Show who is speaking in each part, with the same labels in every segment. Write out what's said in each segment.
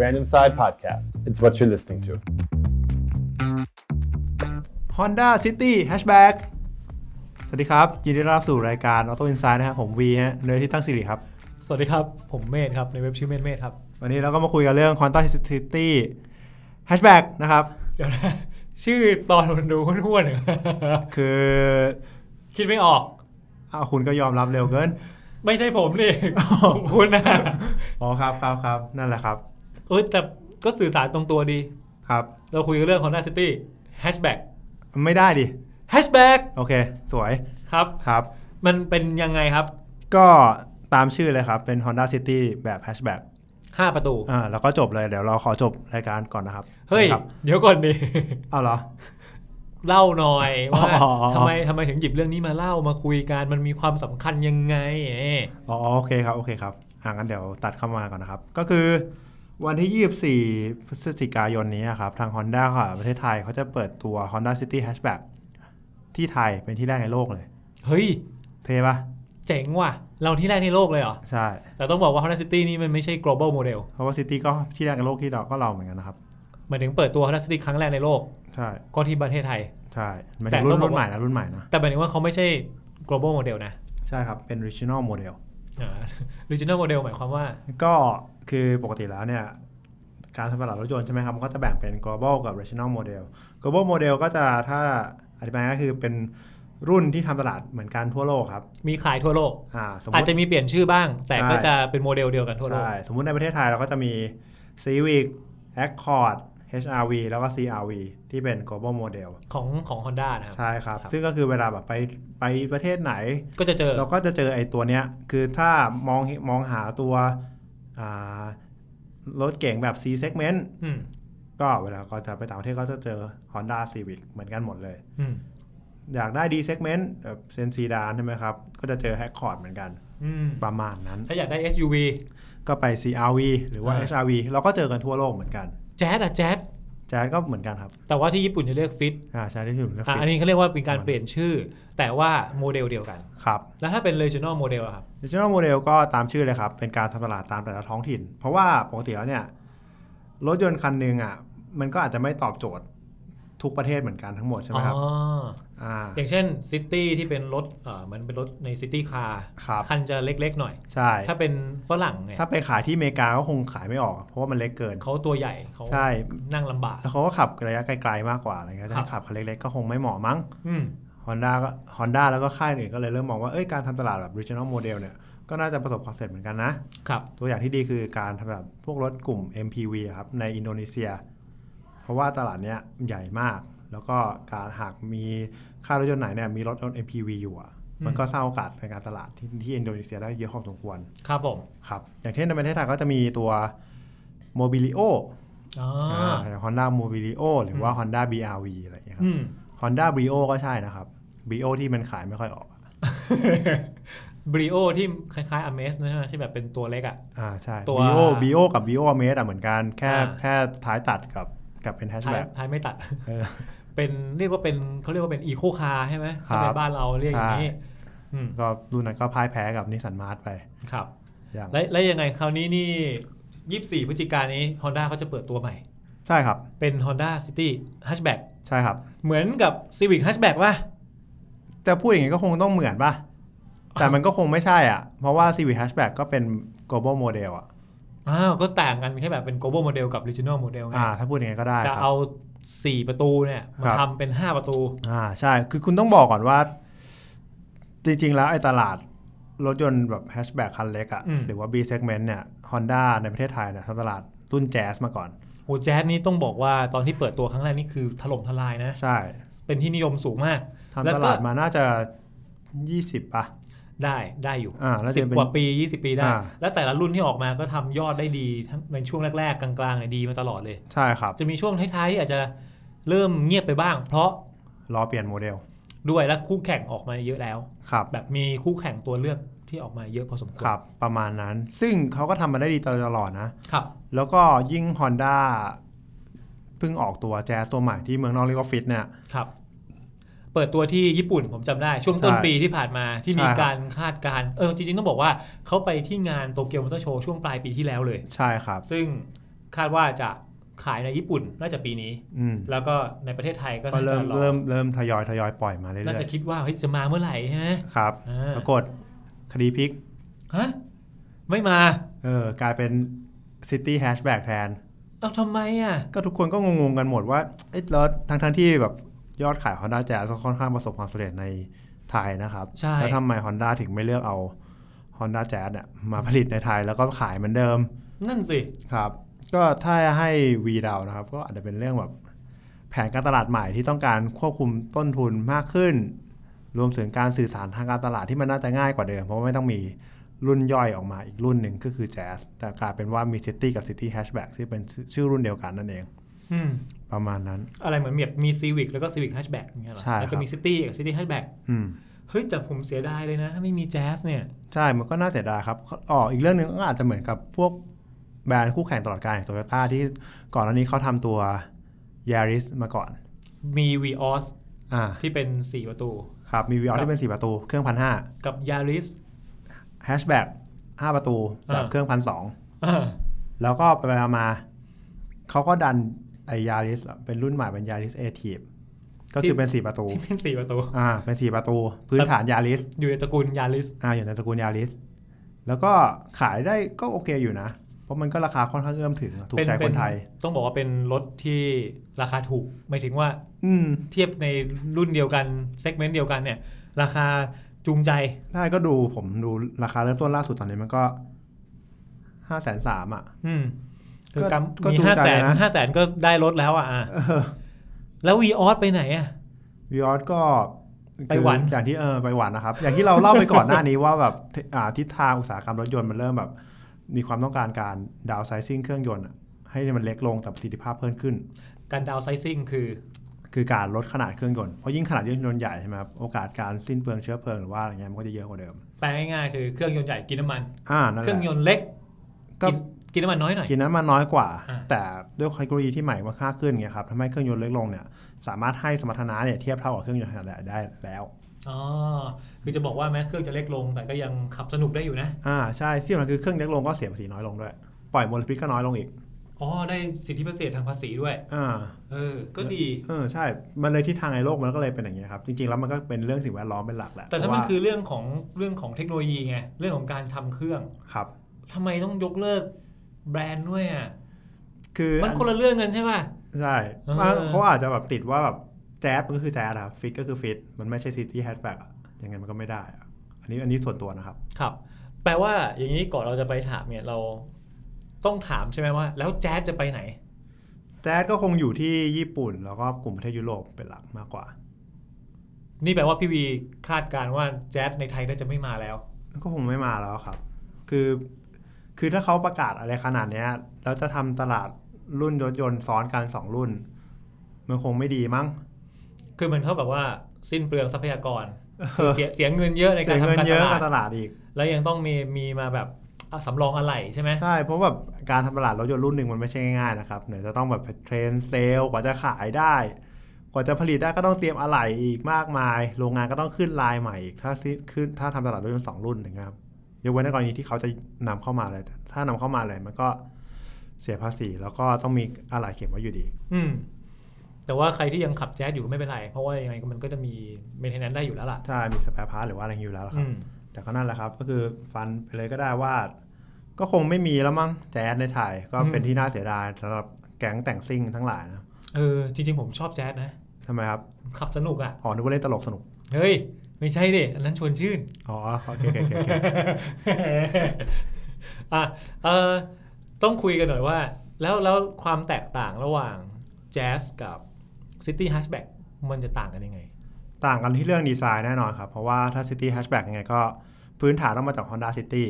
Speaker 1: Random Side Podcast. It's what you're listening to.
Speaker 2: Honda City Hatchback สวัสดีครับ ยินดีต้อนรับสู่รายการ Auto Insight นะครับผมวีฮะเนยที่ตั้งสิริครับ
Speaker 3: สวัสดีครับ ผมเมธครับ ในเว็บชื่อเมธเมธครับ
Speaker 2: วันนี้เราก็มาคุยกันเรื่อง Honda City Hatchback นะครับ
Speaker 3: เดี๋ยวนะ ชื่อตอนมันดูห้วนๆเหรอ
Speaker 2: คือ
Speaker 3: คิดไม่ออก
Speaker 2: เอาคุณก็ยอมรับเร็วเกิน
Speaker 3: ไม่ใช่ผมนี่ ของคุณนะ
Speaker 2: อ๋อครับครับครับนั่นแหละครับ
Speaker 3: เอยแต่ก็สื่อสารตรงตัวดี
Speaker 2: ครับ
Speaker 3: เราคุยกันเรื่อง Honda City Hatchback
Speaker 2: ไม่ได้ดิ
Speaker 3: Hatchback
Speaker 2: โอเค สวย
Speaker 3: ครับ
Speaker 2: ครับ
Speaker 3: มันเป็นยังไงครับ
Speaker 2: ก็ตามชื่อเลยครับ เป็น Honda City แบบ Hatchback
Speaker 3: 5 ประตู
Speaker 2: อ่าแล้วก็จบเลยเดี๋ยวเราขอจบรายการก่อนนะครับ
Speaker 3: เฮ้ย
Speaker 2: ครับ
Speaker 3: เดี๋ยวก่อนดิ
Speaker 2: เอาเหรอ
Speaker 3: เล่าหน่อยว่า
Speaker 2: อ๋ออ๋อ
Speaker 3: ทำไมทำไมถึงหยิบเรื่องนี้มาเล่ามาคุยกันมันมีความสำคัญยังไงเอ้ย
Speaker 2: อ๋อโอเคครับ โอเคครับอ่างั้นเดี๋ยวตัดเข้ามาก่อนนะครับ ก็คือวันที่ 24 พฤศจิกายนนี้ครับ ทาง Honda ค่ะประเทศไทยเขาจะเปิดตัว Honda City Hatchback ที่ไทยเป็นที่แรกในโลกเลย
Speaker 3: เฮ้ย
Speaker 2: เท่ปะ
Speaker 3: เจ๋งว่ะ เราที่แรกในโลกเลยเหรอ
Speaker 2: ใช่
Speaker 3: แต่ต้องบอกว่า Honda City นี่มันไม่ใช่ global model
Speaker 2: เพราะว่า City ก็ที่แรกในโลกที่เราก็เราเหมือนกันนะครับ
Speaker 3: หมายถึงเปิดตัว Honda City ครั้งแรกในโลก
Speaker 2: ใช่
Speaker 3: ก็ที่ประเทศไทย
Speaker 2: ใช่หมาย
Speaker 3: แต่
Speaker 2: ถึง
Speaker 3: ต้
Speaker 2: รุ่
Speaker 3: อง
Speaker 2: น
Speaker 3: บอก
Speaker 2: รุ่นใหม่
Speaker 3: ว่า
Speaker 2: นะรุ่นใหม่นะ
Speaker 3: แต่หมายถึงว่าเขาไม่ใช่ global model นะ
Speaker 2: ใช่ครับ เป็น original model
Speaker 3: อ่า original model หมายความว่า
Speaker 2: ก็คือปกติแล้วเนี่ย การสำหรับรถยนต์ใช่ไหมครับ มันก็จะแบ่งเป็น global กับ regional model global model ก็จะถ้าอธิบายก็คือเป็นรุ่นที่ทำตลาดเหมือนกันทั่วโลกครับ
Speaker 3: มีขายทั่วโลก
Speaker 2: อ่าสมม
Speaker 3: อาจ
Speaker 2: ติ
Speaker 3: จะมีเปลี่ยนชื่อบ้าง แต่
Speaker 2: ใช่
Speaker 3: ก็จะเป็นโมเดลเดียวกันทั่วโลก
Speaker 2: ใช่สมมติในประเทศไทยเราก็จะมี Civic Accord HRV แล้วก็ CRV ที่เป็น global model
Speaker 3: ของของ Honda นะครับ
Speaker 2: ใช่ครับ
Speaker 3: ครับ
Speaker 2: ซึ่งก็คือเวลาแบบไปไปประเทศไหน
Speaker 3: ก็จะเจอ
Speaker 2: เราก็จะเจอไอ้ตัวเนี้ย คือถ้ามองมองหาตัวอ่ารถเก่งแบบ C segment
Speaker 3: อืม
Speaker 2: ก็เวลาก็จะไปต่างประเทศก็จะเจอ Honda Civic เหมือนกันหมดเลย
Speaker 3: อืม
Speaker 2: อยากได้ D segment แบบเซนซีดานใช่ไหมครับ ก็จะเจอ Accord เหมือนกัน
Speaker 3: อืม
Speaker 2: ประมาณนั้น
Speaker 3: ถ้าอยากได้ SUV
Speaker 2: ก็ไป CRV หรือว่า
Speaker 3: อ่า
Speaker 2: HRV เราก็เจอกันทั่วโลกเหมือนกัน
Speaker 3: แจ๊ดอะแจ๊ด
Speaker 2: แจ๊สก็เหมือนกันครับ
Speaker 3: แต่ว่าที่ญี่ปุ่นจะเรียกฟิต
Speaker 2: อ่าใช้ได้ถึงแล้ว
Speaker 3: อ่ะ
Speaker 2: ฟิ
Speaker 3: อัน
Speaker 2: ต
Speaker 3: นี้เขาเรียกว่าเป็นการเปลี่ยนชื่อ แต่ว่าโมเดลเดียวกัน
Speaker 2: ครับ
Speaker 3: แล้วถ้าเป็น regional model อะครับ
Speaker 2: Regional Model ก็ตามชื่อเลยครับ เป็นการทำตลาดตามแต่ละท้องถิ่น เพราะว่าปกติแล้วเนี่ย รถยนต์คันหนึ่งอ่ะ มันก็อาจจะไม่ตอบโจทย์ทุกประเทศเหมือนกันทั้งหมดใช่ไหมครับ
Speaker 3: อ๋อ
Speaker 2: อ่า
Speaker 3: อย่างเช่นซิตี้ที่เป็นรถเอ่อมันเป็นรถในซิตี้คาร์
Speaker 2: ครับ
Speaker 3: คันจะเล็กๆหน่อย
Speaker 2: ใช่
Speaker 3: ถ้าเป็นฝรั่งเนี่ย
Speaker 2: ถ้าไปขายที่อเมริกาก็คงขายไม่ออก เพราะว่ามันเล็กเกิน
Speaker 3: เขาตัวใหญ่เขา
Speaker 2: ใช่
Speaker 3: นั่งลำบาก
Speaker 2: แล้วเขาก็ขับระยะไกลๆมากกว่าอะไรเงี้ยจะให้
Speaker 3: ครั
Speaker 2: ขั
Speaker 3: บ
Speaker 2: บคันเล็กๆก็คงไม่เหมาะมั้ง
Speaker 3: อืม
Speaker 2: Honda ก็ Honda แล้วก็ค่ายอื่นก็เลยเริ่มมองว่าเอ้ยการทำตลาดแบบ Regional Model เนี่ยก็น่าจะประสบความสำเร็จเหมือนกันนะ
Speaker 3: ครับ
Speaker 2: ตัวอย่างที่ดีคือการทำแบบพวกรถกลุ่ม MPV อะครับในอินโดนีเซีย เพราะว่าตลาดเนี้ยใหญ่มาก แล้วก็การหากมีค่ายรถยนต์ไหนเนี่ยมีรถยนต์ MPV อยู่อะ
Speaker 3: อืม
Speaker 2: มันก็สร้างโอกาสในการตลาดที่ที่อินโดนีเซียได้เยอะพอสมควร
Speaker 3: ครับผม
Speaker 2: ครับอย่างเช่นในประเทศไทยก็จะมีตัว m o b i l i o
Speaker 3: อ๋อ
Speaker 2: อ่า Honda m o b i l i o หรือว่า Honda BRV อะไรอย่างเงี้ยครับ
Speaker 3: อืม
Speaker 2: Honda Brio ก็ใช่นะครับ Brio ที่มันขายไม่ค่อยออกอะ
Speaker 3: บริโอที่คล้ายๆอเมสนะฮะที่แบบเป็นตัวเล็กอ่ะ
Speaker 2: อ่าใช่
Speaker 3: ตัว
Speaker 2: Brio Brio กับ Brio a m a z e อ่ะเหมือนกันแค่
Speaker 3: อ่า
Speaker 2: แค่ท้ายตัดกับกับเป็นแฮช
Speaker 3: ท้าย
Speaker 2: แบ็ก
Speaker 3: ท้ายไม่ตัด
Speaker 2: เอ อ
Speaker 3: เป็นเรียกว่าเป็นเขาเรียกว่าเป็นอีโคคาร์ใช่ไหม
Speaker 2: ครั
Speaker 3: ถ้า
Speaker 2: บ
Speaker 3: เป็นบ้านเราเรียกอย่างนี้
Speaker 2: ใช่
Speaker 3: อืม
Speaker 2: ก็รุ่นนั้นก็พ่ายแพ้กับนิสสันมาร์ทไป
Speaker 3: ครับ
Speaker 2: อย่าง
Speaker 3: และและยังไงคราวนี้นี่ 24 พฤศจิกายนนี้ Honda เขาจะเปิดตัวใหม่
Speaker 2: ใช่ครับ
Speaker 3: เป็น Honda City Hatchback
Speaker 2: ใช่ครับ
Speaker 3: เหมือนกับ Civic Hatchback ป่ะ
Speaker 2: จะพูดอย่างงี้ก็คงต้องเหมือนป่ะ แต่มันก็คงไม่ใช่อ่ะ เพราะว่า Civic Hatchback ก็เป็น global model อ่ะ
Speaker 3: อ้าวก็ต่างกันแค่แบบเป็น global model กับ regional model ไง
Speaker 2: อ่า ถ้าพูดอย่างงี้ก็ได้ค
Speaker 3: จะ
Speaker 2: รับ
Speaker 3: เอา 4 ประตูเนี่ย มา
Speaker 2: ครับ
Speaker 3: ทำเป็น 5 ประตู
Speaker 2: อ่าใช่ คือคุณต้องบอกก่อนว่า จริงๆ แล้วไอ้ตลาดรถยนต์แบบแฮชแบ็กคันเล็กอะ
Speaker 3: อืม
Speaker 2: หรือว่า B segment เนี่ย Honda ในประเทศไทยเนี่ยทำตลาดรุ่นแจ๊สมาก่อน
Speaker 3: โหแจ๊สนี่ต้องบอกว่าตอนที่เปิดตัวครั้งแรกนี่คือถล่มทลายนะ
Speaker 2: ใช่
Speaker 3: เป็นที่นิยมสูงมาก
Speaker 2: ทำตลาดมาน่าจะ 20 ป่ะ
Speaker 3: ได้ได้อยู่
Speaker 2: อ่าแล้ว
Speaker 3: สิบ
Speaker 2: จะเป็น
Speaker 3: กว่าปี 20 ปีได้
Speaker 2: อ่า
Speaker 3: แล้วแต่ละรุ่นที่ออกมาก็ทำยอดได้ดีทั้งในช่วงแรก ๆ กลางๆเนี่ยดีมาตลอดเลย
Speaker 2: ใช่ครับ
Speaker 3: จะมีช่วงท้ายๆที่อาจจะเริ่มเงียบไปบ้าง เพราะ
Speaker 2: รอเปลี่ยนโมเดล
Speaker 3: ด้วยและคู่แข่งออกมาเยอะแล้ว
Speaker 2: ครับ
Speaker 3: แบบมีคู่แข่งตัวเลือกที่ออกมาเยอะพอสมคว
Speaker 2: ค
Speaker 3: ร
Speaker 2: รับ ประมาณนั้น ซึ่งเขาก็ทำมาได้ดีตลอดนะ
Speaker 3: ครับ
Speaker 2: แล้วก็ยิ่ง Honda เพิ่งออกตัวแจ๊สตัวใหม่ที่เมืองนอกเรียกว่าฟิตเนี่ย
Speaker 3: ครับ เปิดตัวที่ญี่ปุ่นผมจำได้ช่วงต้น
Speaker 2: ใช่
Speaker 3: ปีที่ผ่านมาที่
Speaker 2: ใช่
Speaker 3: มี
Speaker 2: ครับ
Speaker 3: การคาดการณ์เออจริงๆต้องบอกว่าเขาไปที่งานโตเกียวมอเตอร์โชว์ช่วงปลายปีที่แล้วเลย
Speaker 2: ใช่ครับ
Speaker 3: ซึ่งคาดว่าจะขายในญี่ปุ่นน่าจะปีนี้
Speaker 2: อืม
Speaker 3: แล้วก็ในประเทศไทยก็
Speaker 2: ก็
Speaker 3: น่า
Speaker 2: เริ่
Speaker 3: จะ
Speaker 2: ม
Speaker 3: รอ
Speaker 2: เริ่มเริ่มทยอยทยอยปล่อยมาเรื่
Speaker 3: น่า
Speaker 2: อย
Speaker 3: จะคิดว่าเฮ้ยจะมาเมื่อไหร่ฮะ
Speaker 2: ๆครับ
Speaker 3: อ่า
Speaker 2: ปรากฏคดีพลิก
Speaker 3: ฮะไม่มา
Speaker 2: เออกลายเป็น City Hatchback แทน
Speaker 3: เอาทำไมอ่ะ
Speaker 2: ก็ทุกคนก็งงๆกันหมดว่า เอ๊ะแล้วทั้งทั้งๆที่แบบยอดขาย Honda Jazz ก็ค่อนข้างประสบความสำเร็จในไทยนะครับ
Speaker 3: ใช่
Speaker 2: แล้วทำไม Honda ถึงไม่เลือกเอา Honda Jazz เนี่ยมาผลิตในไทยแล้วก็ขายเหมือนเดิม
Speaker 3: นั่นสิ
Speaker 2: ครับ ก็ถ้าให้วีเดานะครับ ก็อาจจะเป็นเรื่องแบบแผนการตลาดใหม่ที่ต้องการควบคุมต้นทุนมากขึ้น รวมถึงการสื่อสารทางการตลาดที่มันน่าจะง่ายกว่าเดิม เพราะว่าไม่ต้องมีรุ่นย่อยออกมาอีกรุ่นหนึ่งก็คือแจ๊สแต่กลายเป็นว่ามีซิตี้กับซิตี้แฮชแบ็กที่งเป็นชื่อรุ่นเดียวกันนั่นเอง
Speaker 3: อืม
Speaker 2: ประมาณนั้น
Speaker 3: อะไรเหมือนแบบมีซีวิกแล้วก็ซีวิกแฮชแบ็กอย่างเงี้ยเหรอ
Speaker 2: ใช่ครับ
Speaker 3: แล้วก็มีซิตี้กับซิตี้แฮชแบ็ก
Speaker 2: อืม
Speaker 3: เฮ้ยแต่ผมเสียดายเลยนะ ถ้าไม่มีแจ๊สเนี่ย
Speaker 2: ใช่มันก็น่าเสียดายครับอ๋ออีกเรื่องหนึ่งก็อาจจะเหมือนกับพวกแบรนด์คู่แข่งตลอดกาลอย่างโตโยต้าที่ก่อนหน้านี้เขาทำตัวยาริสมาก่อน
Speaker 3: มีวีออส
Speaker 2: อ่า
Speaker 3: ที่เป็น 4 ประตู
Speaker 2: ครับมีวีออ
Speaker 3: ครับ
Speaker 2: ที่เป็นสี่ประตูเครื่องพันห้า
Speaker 3: กับยาริส
Speaker 2: แฮชแบ็กห้าประตูแบบ
Speaker 3: อ่า
Speaker 2: เครื่องพันสองแล้วก็ไปๆมาๆเขาก็ดันไอยาริสเป็นรุ่นใหม่เป็นยาริสเอทีฟก็คือเป็นสี่ประตู
Speaker 3: ที่เป็น 4 ประตู
Speaker 2: อ่า เป็นสี่ประตู พื้นฐานยาริส
Speaker 3: อยู่ในตระกูลยาริส
Speaker 2: อ่าอยู่ในตระกูลยาริสแล้วก็ขายได้ก็โอเคอยู่นะ เพราะมันก็ราคาค่อนข้างเอื้อมถึงอะถูกใจคนไทย
Speaker 3: ต้องบอกว่าเป็นรถที่ราคาถูกหมายถึงว่า
Speaker 2: อืม
Speaker 3: เทียบในรุ่นเดียวกันเซกเมนต์เดียวกันเนี่ย ราคาจูงใจ
Speaker 2: ได้ก็ดูผมดูราคาเริ่มต้นล่าสุดตอนนี้มันก็ห้าแสนสามอ่ะ
Speaker 3: อืมคือกำ
Speaker 2: ก็
Speaker 3: มี
Speaker 2: จูง
Speaker 3: ห้า
Speaker 2: ใจ
Speaker 3: แสน
Speaker 2: นะ
Speaker 3: ห้าแสนก็ได้รถแล้วอ่ะ อ่ะแล้ววีออสไปไหนอ่ะ
Speaker 2: วิออสก็
Speaker 3: ไปหวัน
Speaker 2: คืออย่างที่เออไปหวันนะครับ อย่างที่เราเล่าไปก่อนหน้านี้ว่าแบบ ทิอ่าทิศทางอุตสาหกรรมรถยนต์มันเริ่มแบบ มีความต้องการการดาวไซซิ่งเครื่องยนต์อะให้มันเล็กลงแต่ประสิทธิภาพเพิ่มขึ้น
Speaker 3: การดาวไซซิ่งคือ
Speaker 2: คือการลดขนาดเครื่องยนต์เพราะยิ่งขนาดเครื่องยนต์ใหญ่ใช่ไหมครับโอกาสการสิ้นเปลืองเชื้อเพลิงหรือว่าอะไรเงี้ยมันก็จะเยอะกว่าเดิม
Speaker 3: แปลง่ายๆคือเครื่องยนต์ใหญ่กินน้ำมัน
Speaker 2: อ่านั่นแห
Speaker 3: เครื่องย
Speaker 2: ละ
Speaker 3: นต์เล็ก
Speaker 2: ก็
Speaker 3: กินกินน้ำมันน้อยหน่อย
Speaker 2: กินน้ำมันน้อยกว่า
Speaker 3: อ่า
Speaker 2: แต่ด้วยเทคโนโลยีที่ใหม่มาค่าขึ้นไงครับทำให้เครื่องยนต์เล็กลงเนี่ยสามารถให้สมรรถนะเนี่ยเทียบเท่ากับเครื่องยนต์ขนาดใหญ่ได้แล้ว
Speaker 3: อ๋อ คือจะบอกว่าแม้เครื่องจะเล็กลง แต่ก็ยังขับสนุกได้อยู่นะ
Speaker 2: อ่าใช่ที่สำคัญคือเครื่องเล็กลงก็เสียภาษีน้อยลงด้วย ปล่อยมลพิษก็น้อยลงอีก
Speaker 3: อ๋อ ได้สิทธิพิเศษทางภาษีด้วย
Speaker 2: อ่า
Speaker 3: เออ ก็ดี
Speaker 2: เออใช่ มันเลยทิศทางในโลกมันก็เลยเป็นอย่างนี้ยครับ จริงๆ แล้วมันก็เป็นเรื่องสิ่งแวดล้อมเป็นหลักแหละ
Speaker 3: แต่ถ้ามัน
Speaker 2: เพระว่
Speaker 3: คือเรื่องของเรื่องของเทคโนโลยีไง เรื่องของการทำเครื่อง
Speaker 2: ครับ
Speaker 3: ทำไมต้องยกเลิกแบรนด์ด้วยอ่ะ
Speaker 2: คือ
Speaker 3: มันคนละเรื่องกันใช่ป่ะ
Speaker 2: ใช่
Speaker 3: เออ
Speaker 2: ว่าเขาอาจจะแบบติดว่าแบบแจ๊สมันก็คือแจ๊สครับฟิตก็คือฟิตมันไม่ใช่ซิตี้แฮชแบ็กอย่างนั้นมันก็ไม่ได้อะอันนี้อันนี้ส่วนตัวนะครับ
Speaker 3: ครับ แปลว่าอย่างนี้ก่อนเราจะไปถามเนี่ยเราต้องถามใช่ไหมว่า แล้วแจ๊สจะไปไหน
Speaker 2: แจ๊สก็คงอยู่ที่ญี่ปุ่น แล้วก็กลุ่มประเทศยุโรปเป็นหลักมากกว่า
Speaker 3: นี่แปลว่าพี่วีคาดการณ์ว่าแจ๊สในไทยน่าจะไม่มาแล้ว
Speaker 2: ก็คงไม่มาแล้วครับ คือ คือถ้าเขาประกาศอะไรขนาดเนี้ยแล้วจะทำตลาดรุ่นรถยนต์ซ้อนกันสองรุ่น มันคงไม่ดีมั้ง
Speaker 3: คือมันเท่ากับว่าสิ้นเปลืองทรัพยากรคือเสียเสียเงินเยอะใน
Speaker 2: เสี
Speaker 3: การ
Speaker 2: ย
Speaker 3: ทำ
Speaker 2: เงิน
Speaker 3: การ
Speaker 2: เย
Speaker 3: ต
Speaker 2: อะ
Speaker 3: ลา
Speaker 2: กั
Speaker 3: ด
Speaker 2: บตลาดอีก
Speaker 3: แล้วยังต้องมีมีมาแบบอ่ะสำรองอะไรใช่ไหม
Speaker 2: ใช่ เพราะแบบการทำตลาดรถยนต์รุ่นหนึ่งมันไม่ใช่ง่ายๆนะครับไหนจะต้องแบบเทรนเซลล์กว่าจะขายได้ กว่าจะผลิตได้ก็ต้องเตรียมอะไหล่อีกมากมาย โรงงานก็ต้องขึ้นลายใหม่อีกถ้าซิขึ้นถ้าทำตลาดรถยนต์สองรุ่นนะครับยกเว้นในกรณีที่เขาจะนำเข้ามาเลยแต่ถ้านำเข้ามาเลยมันก็เสียภาษีแล้วก็ต้องมีอะไหล่เก็บไว้อยู่ดี
Speaker 3: อืม แต่ว่าใครที่ยังขับแจ๊สอยู่ก็ไม่เป็นไร เพราะว่ายังไงมันก็จะมีเมนเทนแนนได้อยู่แล้วล่ะ
Speaker 2: ใช่ มีส p ป r e พาร์ทหรือว่าอะไรอยู่แล้วล่ะค
Speaker 3: อื
Speaker 2: รับ
Speaker 3: ม
Speaker 2: แต่ก็นั่นแหละครับ ก็คือฟันไปเลยก็ได้ว่า ก็คงไม่มีแล้วมั้งแจ๊สในไทยก็เป็น
Speaker 3: อืม
Speaker 2: ที่น่าเสียดายสำหรับแก๊งแต่งซิ่งทั้งหลายนะ
Speaker 3: เออ จริง ๆ ผมชอบแจ๊สนะ
Speaker 2: ทำไมครับ
Speaker 3: ขับสนุกอะ่ะ
Speaker 2: อ๋อนึกว่าเล่นตลกสนุก
Speaker 3: เฮ้ย ไม่ใช่ดิ อันนั้นชวนชื่น
Speaker 2: อ๋อ โอเคโอเคโอเคโอเค
Speaker 3: อ่ะเออต้องคุยกันหน่อยว่า แล้วแล้วความแตกต่างระหว่างแจ๊สกับซิตี้ฮัชแบ็กมันจะต่างกันยังไง
Speaker 2: ต่างกันที่เรื่องดีไซน์แน่นอนครับ เพราะว่าถ้า City Hatchback ยังไงก็ พื้นฐานต้องมาจาก Honda City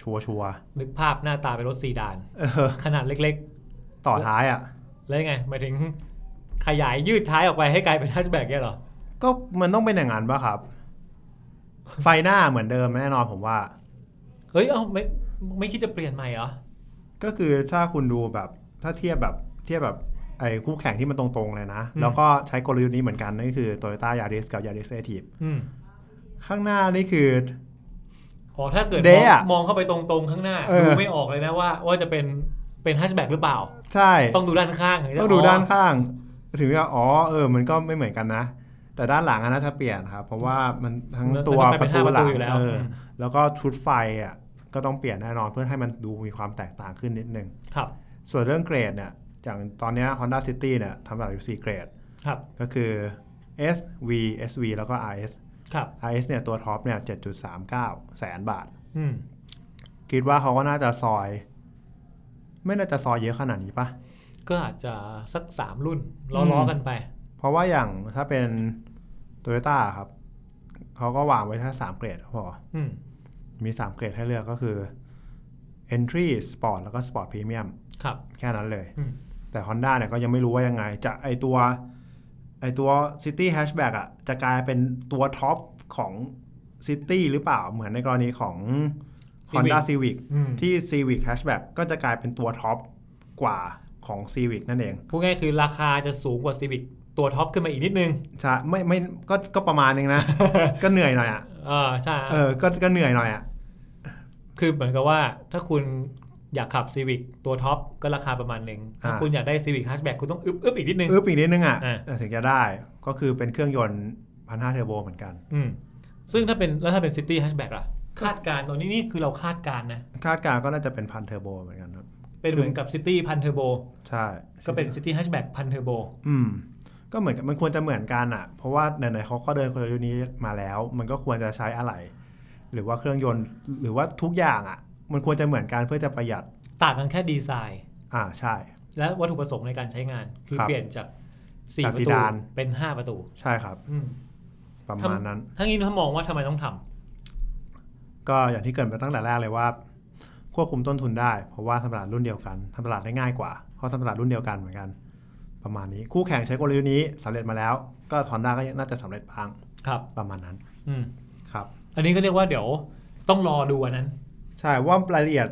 Speaker 2: ชัวร์ ชัวร์
Speaker 3: นึกภาพหน้าตาเป็นรถซีดาน
Speaker 2: เออ
Speaker 3: ขนาดเล็ก ๆ
Speaker 2: ต่อท้ายอ่ะ
Speaker 3: แล้วยังไงหมายถึงขยายยืดท้ายออกไปให้กลายเป็นแฮชแบ็กเนี่ยเหรอ
Speaker 2: ก็มันต้องเป็นอย่างนั้นป่ะครับ ไฟหน้าเหมือนเดิมแน่นอนผมว่า
Speaker 3: เฮ้ย เอาไม่ไม่คิดจะเปลี่ยนใหม่เหรอ
Speaker 2: ก็คือถ้าคุณดูแบบถ้าเทียบแบบเทียบแบบไอ ไอ้คู่แข่งที่มันตรงๆเลยนะ
Speaker 3: อืม
Speaker 2: แล้วก็ใช้กลยุทธ์นี้เหมือนกันนั่นก็คือ Toyota Yaris กับ Yaris a t i v
Speaker 3: อืม
Speaker 2: ข้างหน้านี่คือ
Speaker 3: อ๋อถ้าเกิด
Speaker 2: เดะ
Speaker 3: มอง
Speaker 2: อะ
Speaker 3: มองเข้าไปตรงๆข้างหน้า
Speaker 2: เออ
Speaker 3: ดูไม่ออกเลยนะว่าว่าจะเป็นเป็นแฮชแบ็กหรือเปล่า
Speaker 2: ใช่
Speaker 3: ต้องดูด้านข้างถึจะ
Speaker 2: ต้องดูด้าน
Speaker 3: อ๋อ
Speaker 2: ข้าง ถึงจะอ๋อเออ มันก็ไม่เหมือนกันนะ แต่ด้านหลังอะน่าจะเปลี่ยนครับ เพราะว่ามันทั้ง
Speaker 3: มัน
Speaker 2: ตัว
Speaker 3: มั
Speaker 2: ป
Speaker 3: นไเป็น
Speaker 2: ระ
Speaker 3: ห้า
Speaker 2: ตูหลัง
Speaker 3: อยู่แล้ว
Speaker 2: เออ
Speaker 3: ม
Speaker 2: แล้วก็ชุดไฟอ่ะก็ต้องเปลี่ยนแน่นอนเพื่อให้มันดูมีความแตกต่างขึ้นนิดนึง
Speaker 3: ครับ
Speaker 2: ส่วนเรื่องเกรดเนี่ย อย่างตอนเนี้ย Honda City เนี่ยทำตลาดอยู่4เกรด
Speaker 3: ครับ
Speaker 2: ก็คือ S V S V แล้วก็ R S
Speaker 3: ครับ
Speaker 2: R S เนี่ยตัวท็อปเนี่ย 7.39 แสนบาท
Speaker 3: อืม
Speaker 2: คิดว่าเขาก็น่าจะซอย ไม่น่าจะซอยเยอะขนาดนี้ปะ
Speaker 3: ก็อาจจะสักสามรุ่น
Speaker 2: อื
Speaker 3: ล้อ
Speaker 2: ม
Speaker 3: ๆกันไป
Speaker 2: เพราะว่าอย่างถ้าเป็น t o y ยต้าครับ เขาก็วางไว้แค่3เกรดก็พอ
Speaker 3: อืม
Speaker 2: มี 3 เกรดให้เลือกก็คือ Entry Sport แล้วก็ Sport Premium
Speaker 3: ครับ
Speaker 2: แค่นั้นเลย
Speaker 3: อืม
Speaker 2: แต่ Honda เนี่ยก็ยังไม่รู้ว่ายังไง จะไอตัวไอตัว City Hatchback อ่ะจะกลายเป็นตัวท็อปของ City หรือเปล่าเหมือนในกรณีของ Honda Civic
Speaker 3: อืม
Speaker 2: ที่ Civic Hatchback ก็จะกลายเป็นตัวท็อปกว่าของ Civic นั่นเอง
Speaker 3: พูดง่ายคือราคาจะสูงกว่าซีวิกตัวท็อปขึ้นมาอีกนิดนึง
Speaker 2: ใช่ไม่ไม่ก็ก็ประมาณนึงนะ ก็เหนื่อยหน่อยอ่ะ
Speaker 3: เออใช่
Speaker 2: เออก็ก็เหนื่อยหน่อยอ่ะ
Speaker 3: คือเหมือนกับว่าถ้าคุณอยากขับซีวิกตัวท็อปก็ราคาประมาณหนึ่งถ้า
Speaker 2: อ่า
Speaker 3: คุณอยากได้ซีวิกฮัชแบ็กคุณต้องอึบอึบอีกนิดนึง
Speaker 2: อึ๊บอีกนิดนึงอ่ะ
Speaker 3: อ่า
Speaker 2: เออถึงจะได้ก็คือเป็นเครื่องยนต์พันห้าเทอร์โบเหมือนกัน
Speaker 3: อืมซึ่งถ้าเป็นแล้วถ้าเป็นซิตี้ฮัชแบ็กล่ะ คาดการณ์ตอนนี้นี่คือเราคาดการณ์นะ
Speaker 2: คาดการณ์ก็น่าจะเป็นพันเทอร์โบเหมือนกันครับ
Speaker 3: เป็นเหมือนกับซิตี้พันเทอร์โบ
Speaker 2: ใช่
Speaker 3: ก็เป็นซิตี้ฮัชแบ็กพันเทอร์โบ
Speaker 2: อืมก็เหมือนกับมันควรจะเหมือนกันอ่ะ เพราะว่าไหนๆเขาก็เดินกลยุทธ์นี้มาแล้ว มันก็ควรจะใช้อะไหล่หรือว่าเครื่องยนต์หรือว่าทุกอย่างอ่ะ มันควรจะเหมือนกันเพื่อจะประหยัด
Speaker 3: ต่างกันแค่ดีไซน์
Speaker 2: อ่าใช่
Speaker 3: และวัตถุประสงค์ในการใช้งาน คือ
Speaker 2: ครับ
Speaker 3: เปลี่ยนจากสี่
Speaker 2: จาก
Speaker 3: ป
Speaker 2: ซี
Speaker 3: ระตู
Speaker 2: ดาน
Speaker 3: เป็นห้าประตู
Speaker 2: ใช่ครับ
Speaker 3: อืม
Speaker 2: ประมาณนั้น
Speaker 3: ทั้งนี้ถ้ามองว่าทำไมต้องทำ
Speaker 2: ก็อย่างที่เกรินไปตั้งแต่แรกเลยว่า ควบคุมต้นทุนได้ เพราะว่าทำตลาดรุ่นเดียวกันทำตลาดได้ง่ายกว่าเพราะทำตลาดรุ่นเดียวกันเหมือนกัน ประมาณนี้คู่แข่งใช้กลยุทธ์นี้สำเร็จมาแล้ว ก็ฮอนด้าก็น่าจะสำเร็จบ้าง
Speaker 3: ครับ
Speaker 2: ประมาณนั้น
Speaker 3: อืม
Speaker 2: ครับ
Speaker 3: อันนี้ก็เรียกว่าเดี๋ยวต้องรอดูอันนั้น
Speaker 2: ใช่ว่ารายละเอียด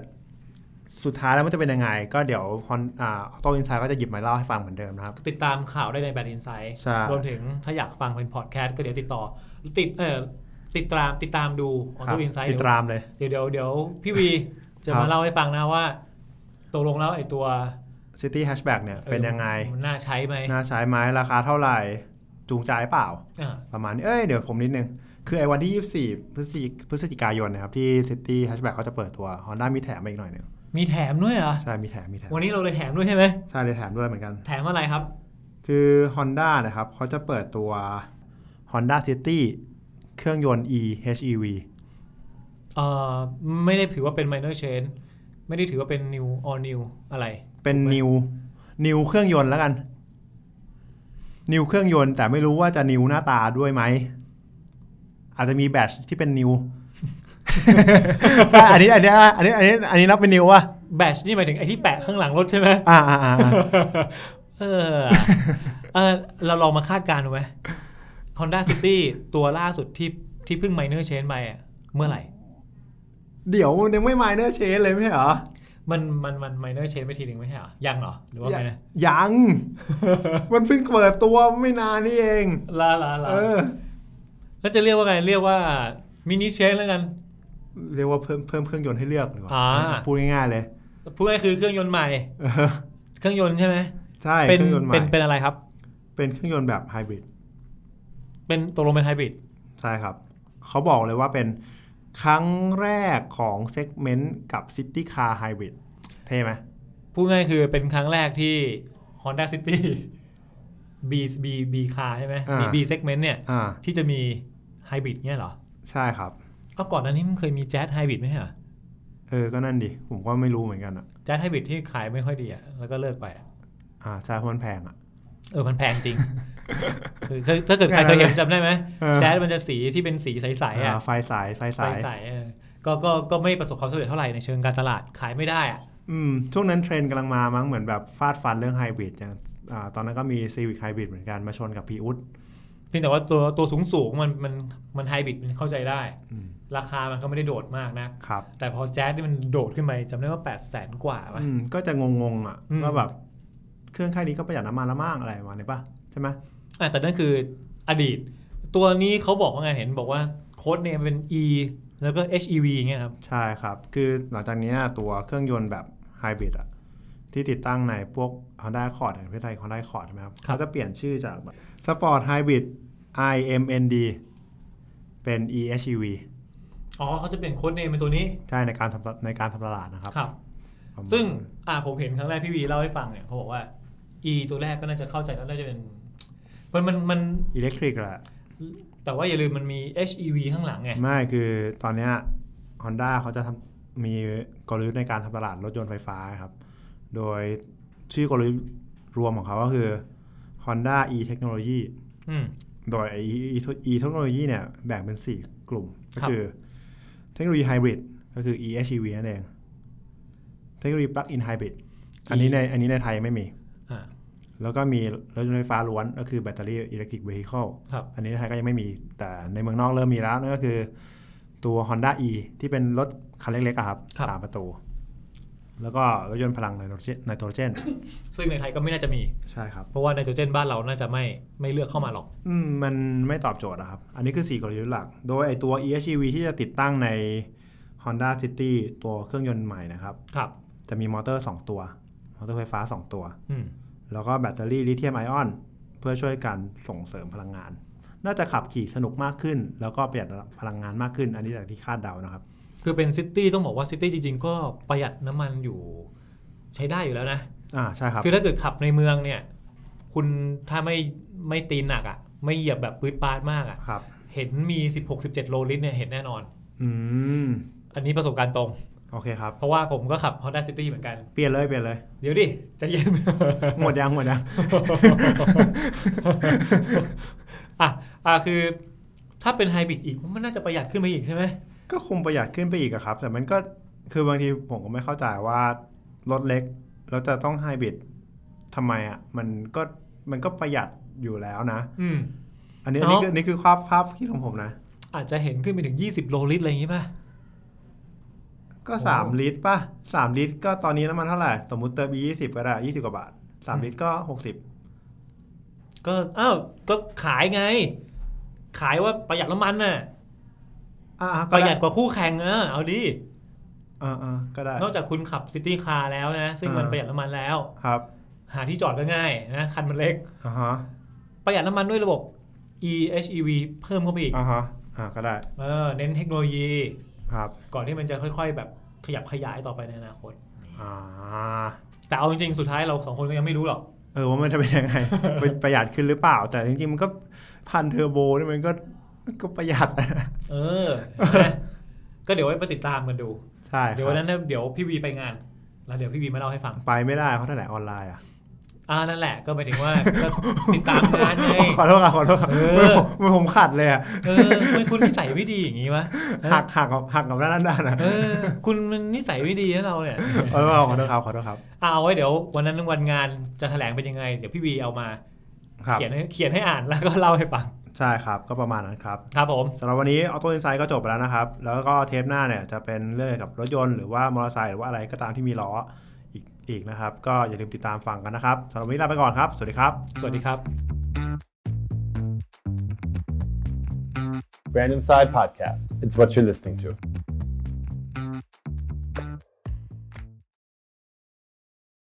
Speaker 2: สุดท้ายแล้วมันจะเป็นยังไง ก็เดี๋ยวคอนอ่าโตอินไซด์ก็จะหยิบมาเล่าให้ฟังเหมือนเดิมนะครับ
Speaker 3: ติดตามข่าวได้ในแบ d อินไซ h ์
Speaker 2: ใช่
Speaker 3: รวมถึงถ้าอยากฟังเป็นพอดแคสต์ก็เดี๋ยวติดต่อ ติดเอ่อติดตามติดตามดูออ
Speaker 2: ครั
Speaker 3: โต้
Speaker 2: บ
Speaker 3: อินไซด์
Speaker 2: ติดตามเลย
Speaker 3: เดี๋ยวเดี๋ยวเดี๋ยวพี่วีจะ
Speaker 2: ครับ
Speaker 3: มาเล่าให้ฟังนะว่าตกลงแล้วไอ้ตัว
Speaker 2: City Hatchback เนี่ย เป็นยังไง
Speaker 3: เออมันน่าใช้ไหม
Speaker 2: น่าใช้ไหมราคาเท่าไหร่ จูงใจเปล่า
Speaker 3: อ่า
Speaker 2: ประมาณนี้ เอ้ย เดี๋ยวผมนิดนึง คือไอ้วันที่ 24 พฤศจิพฤศจิกายนนะครับ ที่ City Hatchback เขาจะเปิดตัว Honda มีแถมมาอีกหน่อยหนึง
Speaker 3: มีแถมด้วยเหรอ
Speaker 2: ใช่มีแถมมีแถม
Speaker 3: วันนี้เราเลยแถมด้วยใช่ไหม
Speaker 2: ใช่เลยแถมด้วยเหมือนกัน
Speaker 3: แถมอะไรครับ
Speaker 2: คือ Honda นะครับเขาจะเปิดตัว Honda City เครื่องยนต์ e-HEV
Speaker 3: เอ่อ ไม่ได้ถือว่าเป็น minor change ไม่ได้ถือว่าเป็น new all new อะไร
Speaker 2: เป็น
Speaker 3: ถูกไหม
Speaker 2: นิวนิวเครื่องยนต์แล้วกัน นิวเครื่องยนต์ แต่ไม่รู้ว่าจะนิวหน้าตาด้วยไหม อาจจะมีแบตที่เป็นนิว อันนี้อันนี้อันนี้อันนี้อันนี้นับเป็นนิววะ
Speaker 3: batch นี่หมายถึงไอ้ที่แปะข้างหลังรถใช่ไหม
Speaker 2: อ่าอ่าอ่า
Speaker 3: เออ เออ เราลองมาคาดการณ์ดูไหม Honda City ตัวล่าสุดที่ที่เพิ่ง minor change ไปอะเมื่อไหร่
Speaker 2: เดี๋ยวมันยังไม่ไมเนอร์เชนเลยไม่ใช่เหรอ
Speaker 3: มันมันมัน minor change ไปทีหนึ่งไม่ใช่เหรอ ยังเหรอ หรือว่าไงนะ
Speaker 2: ยัง มันเพิ่งเปิดตัวไม่นานนี่เอง
Speaker 3: ลาลาลา
Speaker 2: เออ
Speaker 3: แล้วจะเรียกว่าไง เรียกว่า mini change แล้วกัน
Speaker 2: เรียกว่าเพิ่มเพิ่มเครื่องยนต์ให้เลือกดีกว่า
Speaker 3: อ่า
Speaker 2: พูดง่าย ๆเลย
Speaker 3: พูดง่ายๆคือเครื่องยนต์ใหม่
Speaker 2: เออ
Speaker 3: เครื่องยนต์ใช่ไหม
Speaker 2: ใช่
Speaker 3: เป็น
Speaker 2: เครื่องยนต์ใหม่
Speaker 3: เป็นเป็นอะไรครับ
Speaker 2: เป็นเครื่องยนต์แบบไฮบริด
Speaker 3: เป็นตกลงเป็นไฮบริด
Speaker 2: ใช่ครับ เขาบอกเลยว่าเป็นครั้งแรกของเซกเมนต์กับ City Car Hybrid เท่ไหม
Speaker 3: พูดง่ายๆคือเป็นครั้งแรกที่ Honda City B B B car ใช่ไหม
Speaker 2: อ่า
Speaker 3: มี B segment เนี่ย
Speaker 2: อ่า
Speaker 3: ที่จะมีไฮบริดเนี่ยเหรอ
Speaker 2: ใช่ครับ
Speaker 3: ก็ก่อนหน้านี้มันเคยมีแจ๊สไฮบริดไหมเหรอ
Speaker 2: เออ ก็นั่นดิ ผมก็ไม่รู้เหมือนกันอ่ะ
Speaker 3: แจ๊สไฮบริดที่ขายไม่ค่อยดีอะแล้วก็เลิกไปอะ
Speaker 2: อ่า ใช่เพราะมันแพงอ่ะ
Speaker 3: เออมันแพงจริง คือคือถ้าเกิดใครเคยเห็นจำได้ไหม
Speaker 2: เออ
Speaker 3: แจ๊สมันจะสีที่เป็นสีใสๆ
Speaker 2: อ่า
Speaker 3: อ่ะ
Speaker 2: ไฟสาย ไฟ
Speaker 3: ใส
Speaker 2: สาย
Speaker 3: ๆเออก็ก็ก็ไม่ประสบความสำเร็จเท่าไหร่ในเชิงการตลาดขายไม่ได้อะ
Speaker 2: อืม ช่วงนั้นเทรนด์กำลังมามั้งเหมือนแบบฟาดฟันเรื่องไฮบริดอย่างอ่าตอนนั้นก็มี Civic Hybrid เหมือนกันมาชนกับพีอุด
Speaker 3: เพียงแต่ว่าตัวตัวสูงสูงๆมันมันมันไฮบริดมันเข้าใจได้
Speaker 2: อืม
Speaker 3: ราคามันก็ไม่ได้โดดมากนะ
Speaker 2: ครับ
Speaker 3: แต่พอแจ๊สนี่มันโดดขึ้นไปจำได้ว่า8 0 0แสนกว่าป่ะ
Speaker 2: อืม ก็จะงงๆอ่ะ
Speaker 3: อืม
Speaker 2: ว่าแบบ เครื่องแค่นี้ก็ประหยัดน้ำมันละมั่งอะไรประมาณนี้ป่ะใช่ไหม
Speaker 3: อ่ะแต่นั่นคืออดีต ตัวนี้เขาบอกว่าไงเห็นบอกว่าโค้ดเนมเป็น E แล้วก็ HEV อย่างเงี้ยครับ
Speaker 2: ใช่ครับ คือหลังจากเนี้ยตัวเครื่องยนต์แบบไฮบริดอะที่ติดตั้งในพวก Honda Accord อย่างประเทศไทย Honda Accord ใช่ไหมครับ
Speaker 3: ครับ
Speaker 2: เขาจะเปลี่ยนชื่อจาก Sport Hybrid IMND เป็น EHEV
Speaker 3: อ๋อเขาจะเปลี่ยนโค้ดเนมเป็นตัวนี้
Speaker 2: ใช่ในการทำในการทำตลาดนะครับ
Speaker 3: ครับ
Speaker 2: ประมาณ
Speaker 3: ซึ่งอ่าผมเห็นครั้งแรกพี่วีเล่าให้ฟังเนี่ยเขาบอกว่า E ตัวแรกก็น่าจะเข้าใจแล้วน่าจะเป็นมันมันมัน
Speaker 2: อิเล็กทริกแหละ
Speaker 3: แต่ว่าอย่าลืมมันมี HEV ข้างหลังไง
Speaker 2: ไม่คือตอนเนี้ย Honda เขาจะทำมีกลยุทธ์ในการทำตลาดรถยนต์ไฟฟ้าครับ โดยชื่อกลยุทธ์รวมของเขาก็คือ Honda e Technology
Speaker 3: อืม
Speaker 2: โดยไอ้ e, e Technology เนี่ยแบ่งเป็น 4 กลุ่ม ก็
Speaker 3: ครับ
Speaker 2: คือเทคโนโลยีไฮบริดก็คือ EHEV นั่นเอง เทคโนโลยี Plug-in Hybrid อันนี้ในอันนี้ในไทยยังไม่มี
Speaker 3: อ่า
Speaker 2: แล้วก็มีรถยนต์ไฟฟ้าล้วนก็คือแบตเตอรี่ Electric Vehicle
Speaker 3: ครับ
Speaker 2: อันนี้ในไทยก็ยังไม่มีแต่ในเมืองนอกเริ่มมีแล้วนั่นก็คือตัว Honda E ที่เป็นรถคันเล็กๆอะครับ
Speaker 3: ครับ
Speaker 2: สามประตู แล้วก็รถยนต์พลังไนโตรเจนไนโตรเจน
Speaker 3: ซึ่งในไทยก็ไม่น่าจะมี
Speaker 2: ใช่ครับ
Speaker 3: เพราะว่าไนโตรเจนบ้านเราน่าจะไม่ไม่เลือกเข้ามาหรอก
Speaker 2: อืมมันไม่ตอบโจทย์นะครับ อันนี้คือ 4กลยุทธ์หลัก โดยไอตัว EHEV ที่จะติดตั้งใน Honda City ตัวเครื่องยนต์ใหม่นะครับ
Speaker 3: ครับ
Speaker 2: จะมีมอเตอร์ 2 ตัว มอเตอร์ไฟฟ้า 2 ตัว
Speaker 3: อืม
Speaker 2: แล้วก็แบตเตอรี่ลิเธียมไอออน เพื่อช่วยการส่งเสริมพลังงาน น่าจะขับขี่สนุกมากขึ้น แล้วก็ประหยัดพลังงานมากขึ้น อันนี้จากที่คาดเดานะครับ
Speaker 3: คือเป็นซิตี้ต้องบอกว่าซิตี้จริงๆ ก็ประหยัดน้ำมันอยู่ใช้ได้อยู่แล้วนะ
Speaker 2: อ่าใช่ครับ
Speaker 3: คือถ้าเกิดขับในเมืองเนี่ย คุณถ้าไม่ไม่ตีนหนักอะ่ะ ไม่เหยียบแบบปืดปาดมากอะ่ะ
Speaker 2: ครับ
Speaker 3: เห็นมี 16-17 โลลิตรเนี่ยเห็นแน่นอน
Speaker 2: อืม
Speaker 3: อันนี้ประสบการณ์ตรง
Speaker 2: โอเคครับ
Speaker 3: เพราะว่าผมก็ขับ Honda City เหมือนกัน
Speaker 2: เปลี่ยนเลยเปลี่ยนเลย
Speaker 3: เดี๋ยวดิใจะเย็น
Speaker 2: หมดยังหมดยัง
Speaker 3: อ่ะอ่ะคือถ้าเป็นไฮบริดอีกมันน่าจะประหยัดขึ้นไปอีกใช่ไหม
Speaker 2: ก็คงประหยัดขึ้นไปอีกอะครับ แต่มันก็คือบางทีผมก็ไม่เข้าใจว่า รถเล็กแล้วจะต้องไฮบริดทำไมอะมันก็มันก็ประหยัดอยู่แล้วนะ
Speaker 3: อืม
Speaker 2: อันนี้อัน
Speaker 3: เอ้า
Speaker 2: นี้คือนี่คือภาพภาพคิดของผมนะ
Speaker 3: อาจจะเห็นขึ้นไปถึง 20 โลลิตรอะไรอย่างงี้ป่ะ
Speaker 2: ก็
Speaker 3: โอ้
Speaker 2: 3 ลิตรป่ะ 3 ลิตรก็ตอนนี้น้ำมันเท่าไหร่ สมมติเติม E20 ก็ได้ 20 กว่าบาท 3 ลิตรก็ 60
Speaker 3: ก็อ้าวก็ขายไง ขายว่าประหยัดน้ำมันน่ะ
Speaker 2: อ่า
Speaker 3: ประหยัดกว่าคู่แข่งอ่ะเอาดิ
Speaker 2: อ่าอ่าก็ได้
Speaker 3: นอกจากคุณขับซิตี้คาร์แล้วนะ ซึ่งมัน
Speaker 2: อ่า
Speaker 3: ประหยัดน้ำมันแล้ว
Speaker 2: ครับ
Speaker 3: หาที่จอดก็ง่ายนะ คันมันเล็ก
Speaker 2: อ่าฮะ
Speaker 3: ประหยัดน้ำมันด้วยระบบ EHEV เพิ่มเข้าไปอีก
Speaker 2: อ่าฮะอ่าก็ได้
Speaker 3: เออเน้นเทคโนโลยี
Speaker 2: ครับ
Speaker 3: ก่อนที่มันจะค่อยๆ แบบขยับขยายต่อไปในอนาคต
Speaker 2: อ่า
Speaker 3: แต่เอาจริงๆ สุดท้ายเราสองคนก็ยังไม่รู้หรอก
Speaker 2: เออว่ามันจะเป็นยังไง ไปประหยัดขึ้นหรือเปล่า แต่จริงๆ มันก็พันเทอร์โบนี่มันก็ ก็ประหยัด นะ
Speaker 3: เออเห็นไหมก็เดี๋ยวไว้ไปติดตามกันดู
Speaker 2: ใช่ค
Speaker 3: เดี๋ยว
Speaker 2: รั
Speaker 3: วัน
Speaker 2: บ
Speaker 3: นั้นเดี๋ยวพี่วีไปงาน แล้วเดี๋ยวพี่วีมาเล่าให้ฟัง
Speaker 2: ไปไม่ได้เขาแถลงออนไลน์อ่ะ
Speaker 3: อ่านั่นแหละก็หมายถึงว่า ก็ติดตามงานไง
Speaker 2: ขอโทษครับขอโทษครับ
Speaker 3: เออ
Speaker 2: มือผมมือผมขัดเลยอ่ะ
Speaker 3: เออทำไม่คุณนิสัยไม่ดีอย่างนี้วะ
Speaker 2: หักหักกับหักกับด้านด้านอ่ะ
Speaker 3: เออ คุณมันนิสัยไม่ดีนะเราเนี่ย
Speaker 2: ขอโทษครับขอโทษครับขอโทษครับ
Speaker 3: เอาไว้เดี๋ยววันนั้นวันงานจะแถลงเป็นยังไง เดี๋ยวพี่วีเอามา
Speaker 2: ครับ
Speaker 3: เขียนให้เขียนให้อ่านแล้วก็เล่าให้ฟัง
Speaker 2: ใช่ครับก็ประมาณนั้นครับ
Speaker 3: ครับผม
Speaker 2: สำหรับวันนี้ Auto Insight ก็จบไปแล้วนะครับ แล้วก็เทปหน้าเนี่ยจะเป็นเรื่องเกี่ยวกับรถยนต์หรือว่ามอเตอร์ไซค์หรือว่าอะไรก็ตามที่มีล้ออีกอีกนะครับ ก็อย่าลืมติดตามฟังกันนะครับสำหรับวันนี้ลาไปก่อนครับ สวัสดีครับ
Speaker 3: สวัสดีครับ
Speaker 1: Brand Inside Podcast. It's what you're listening to.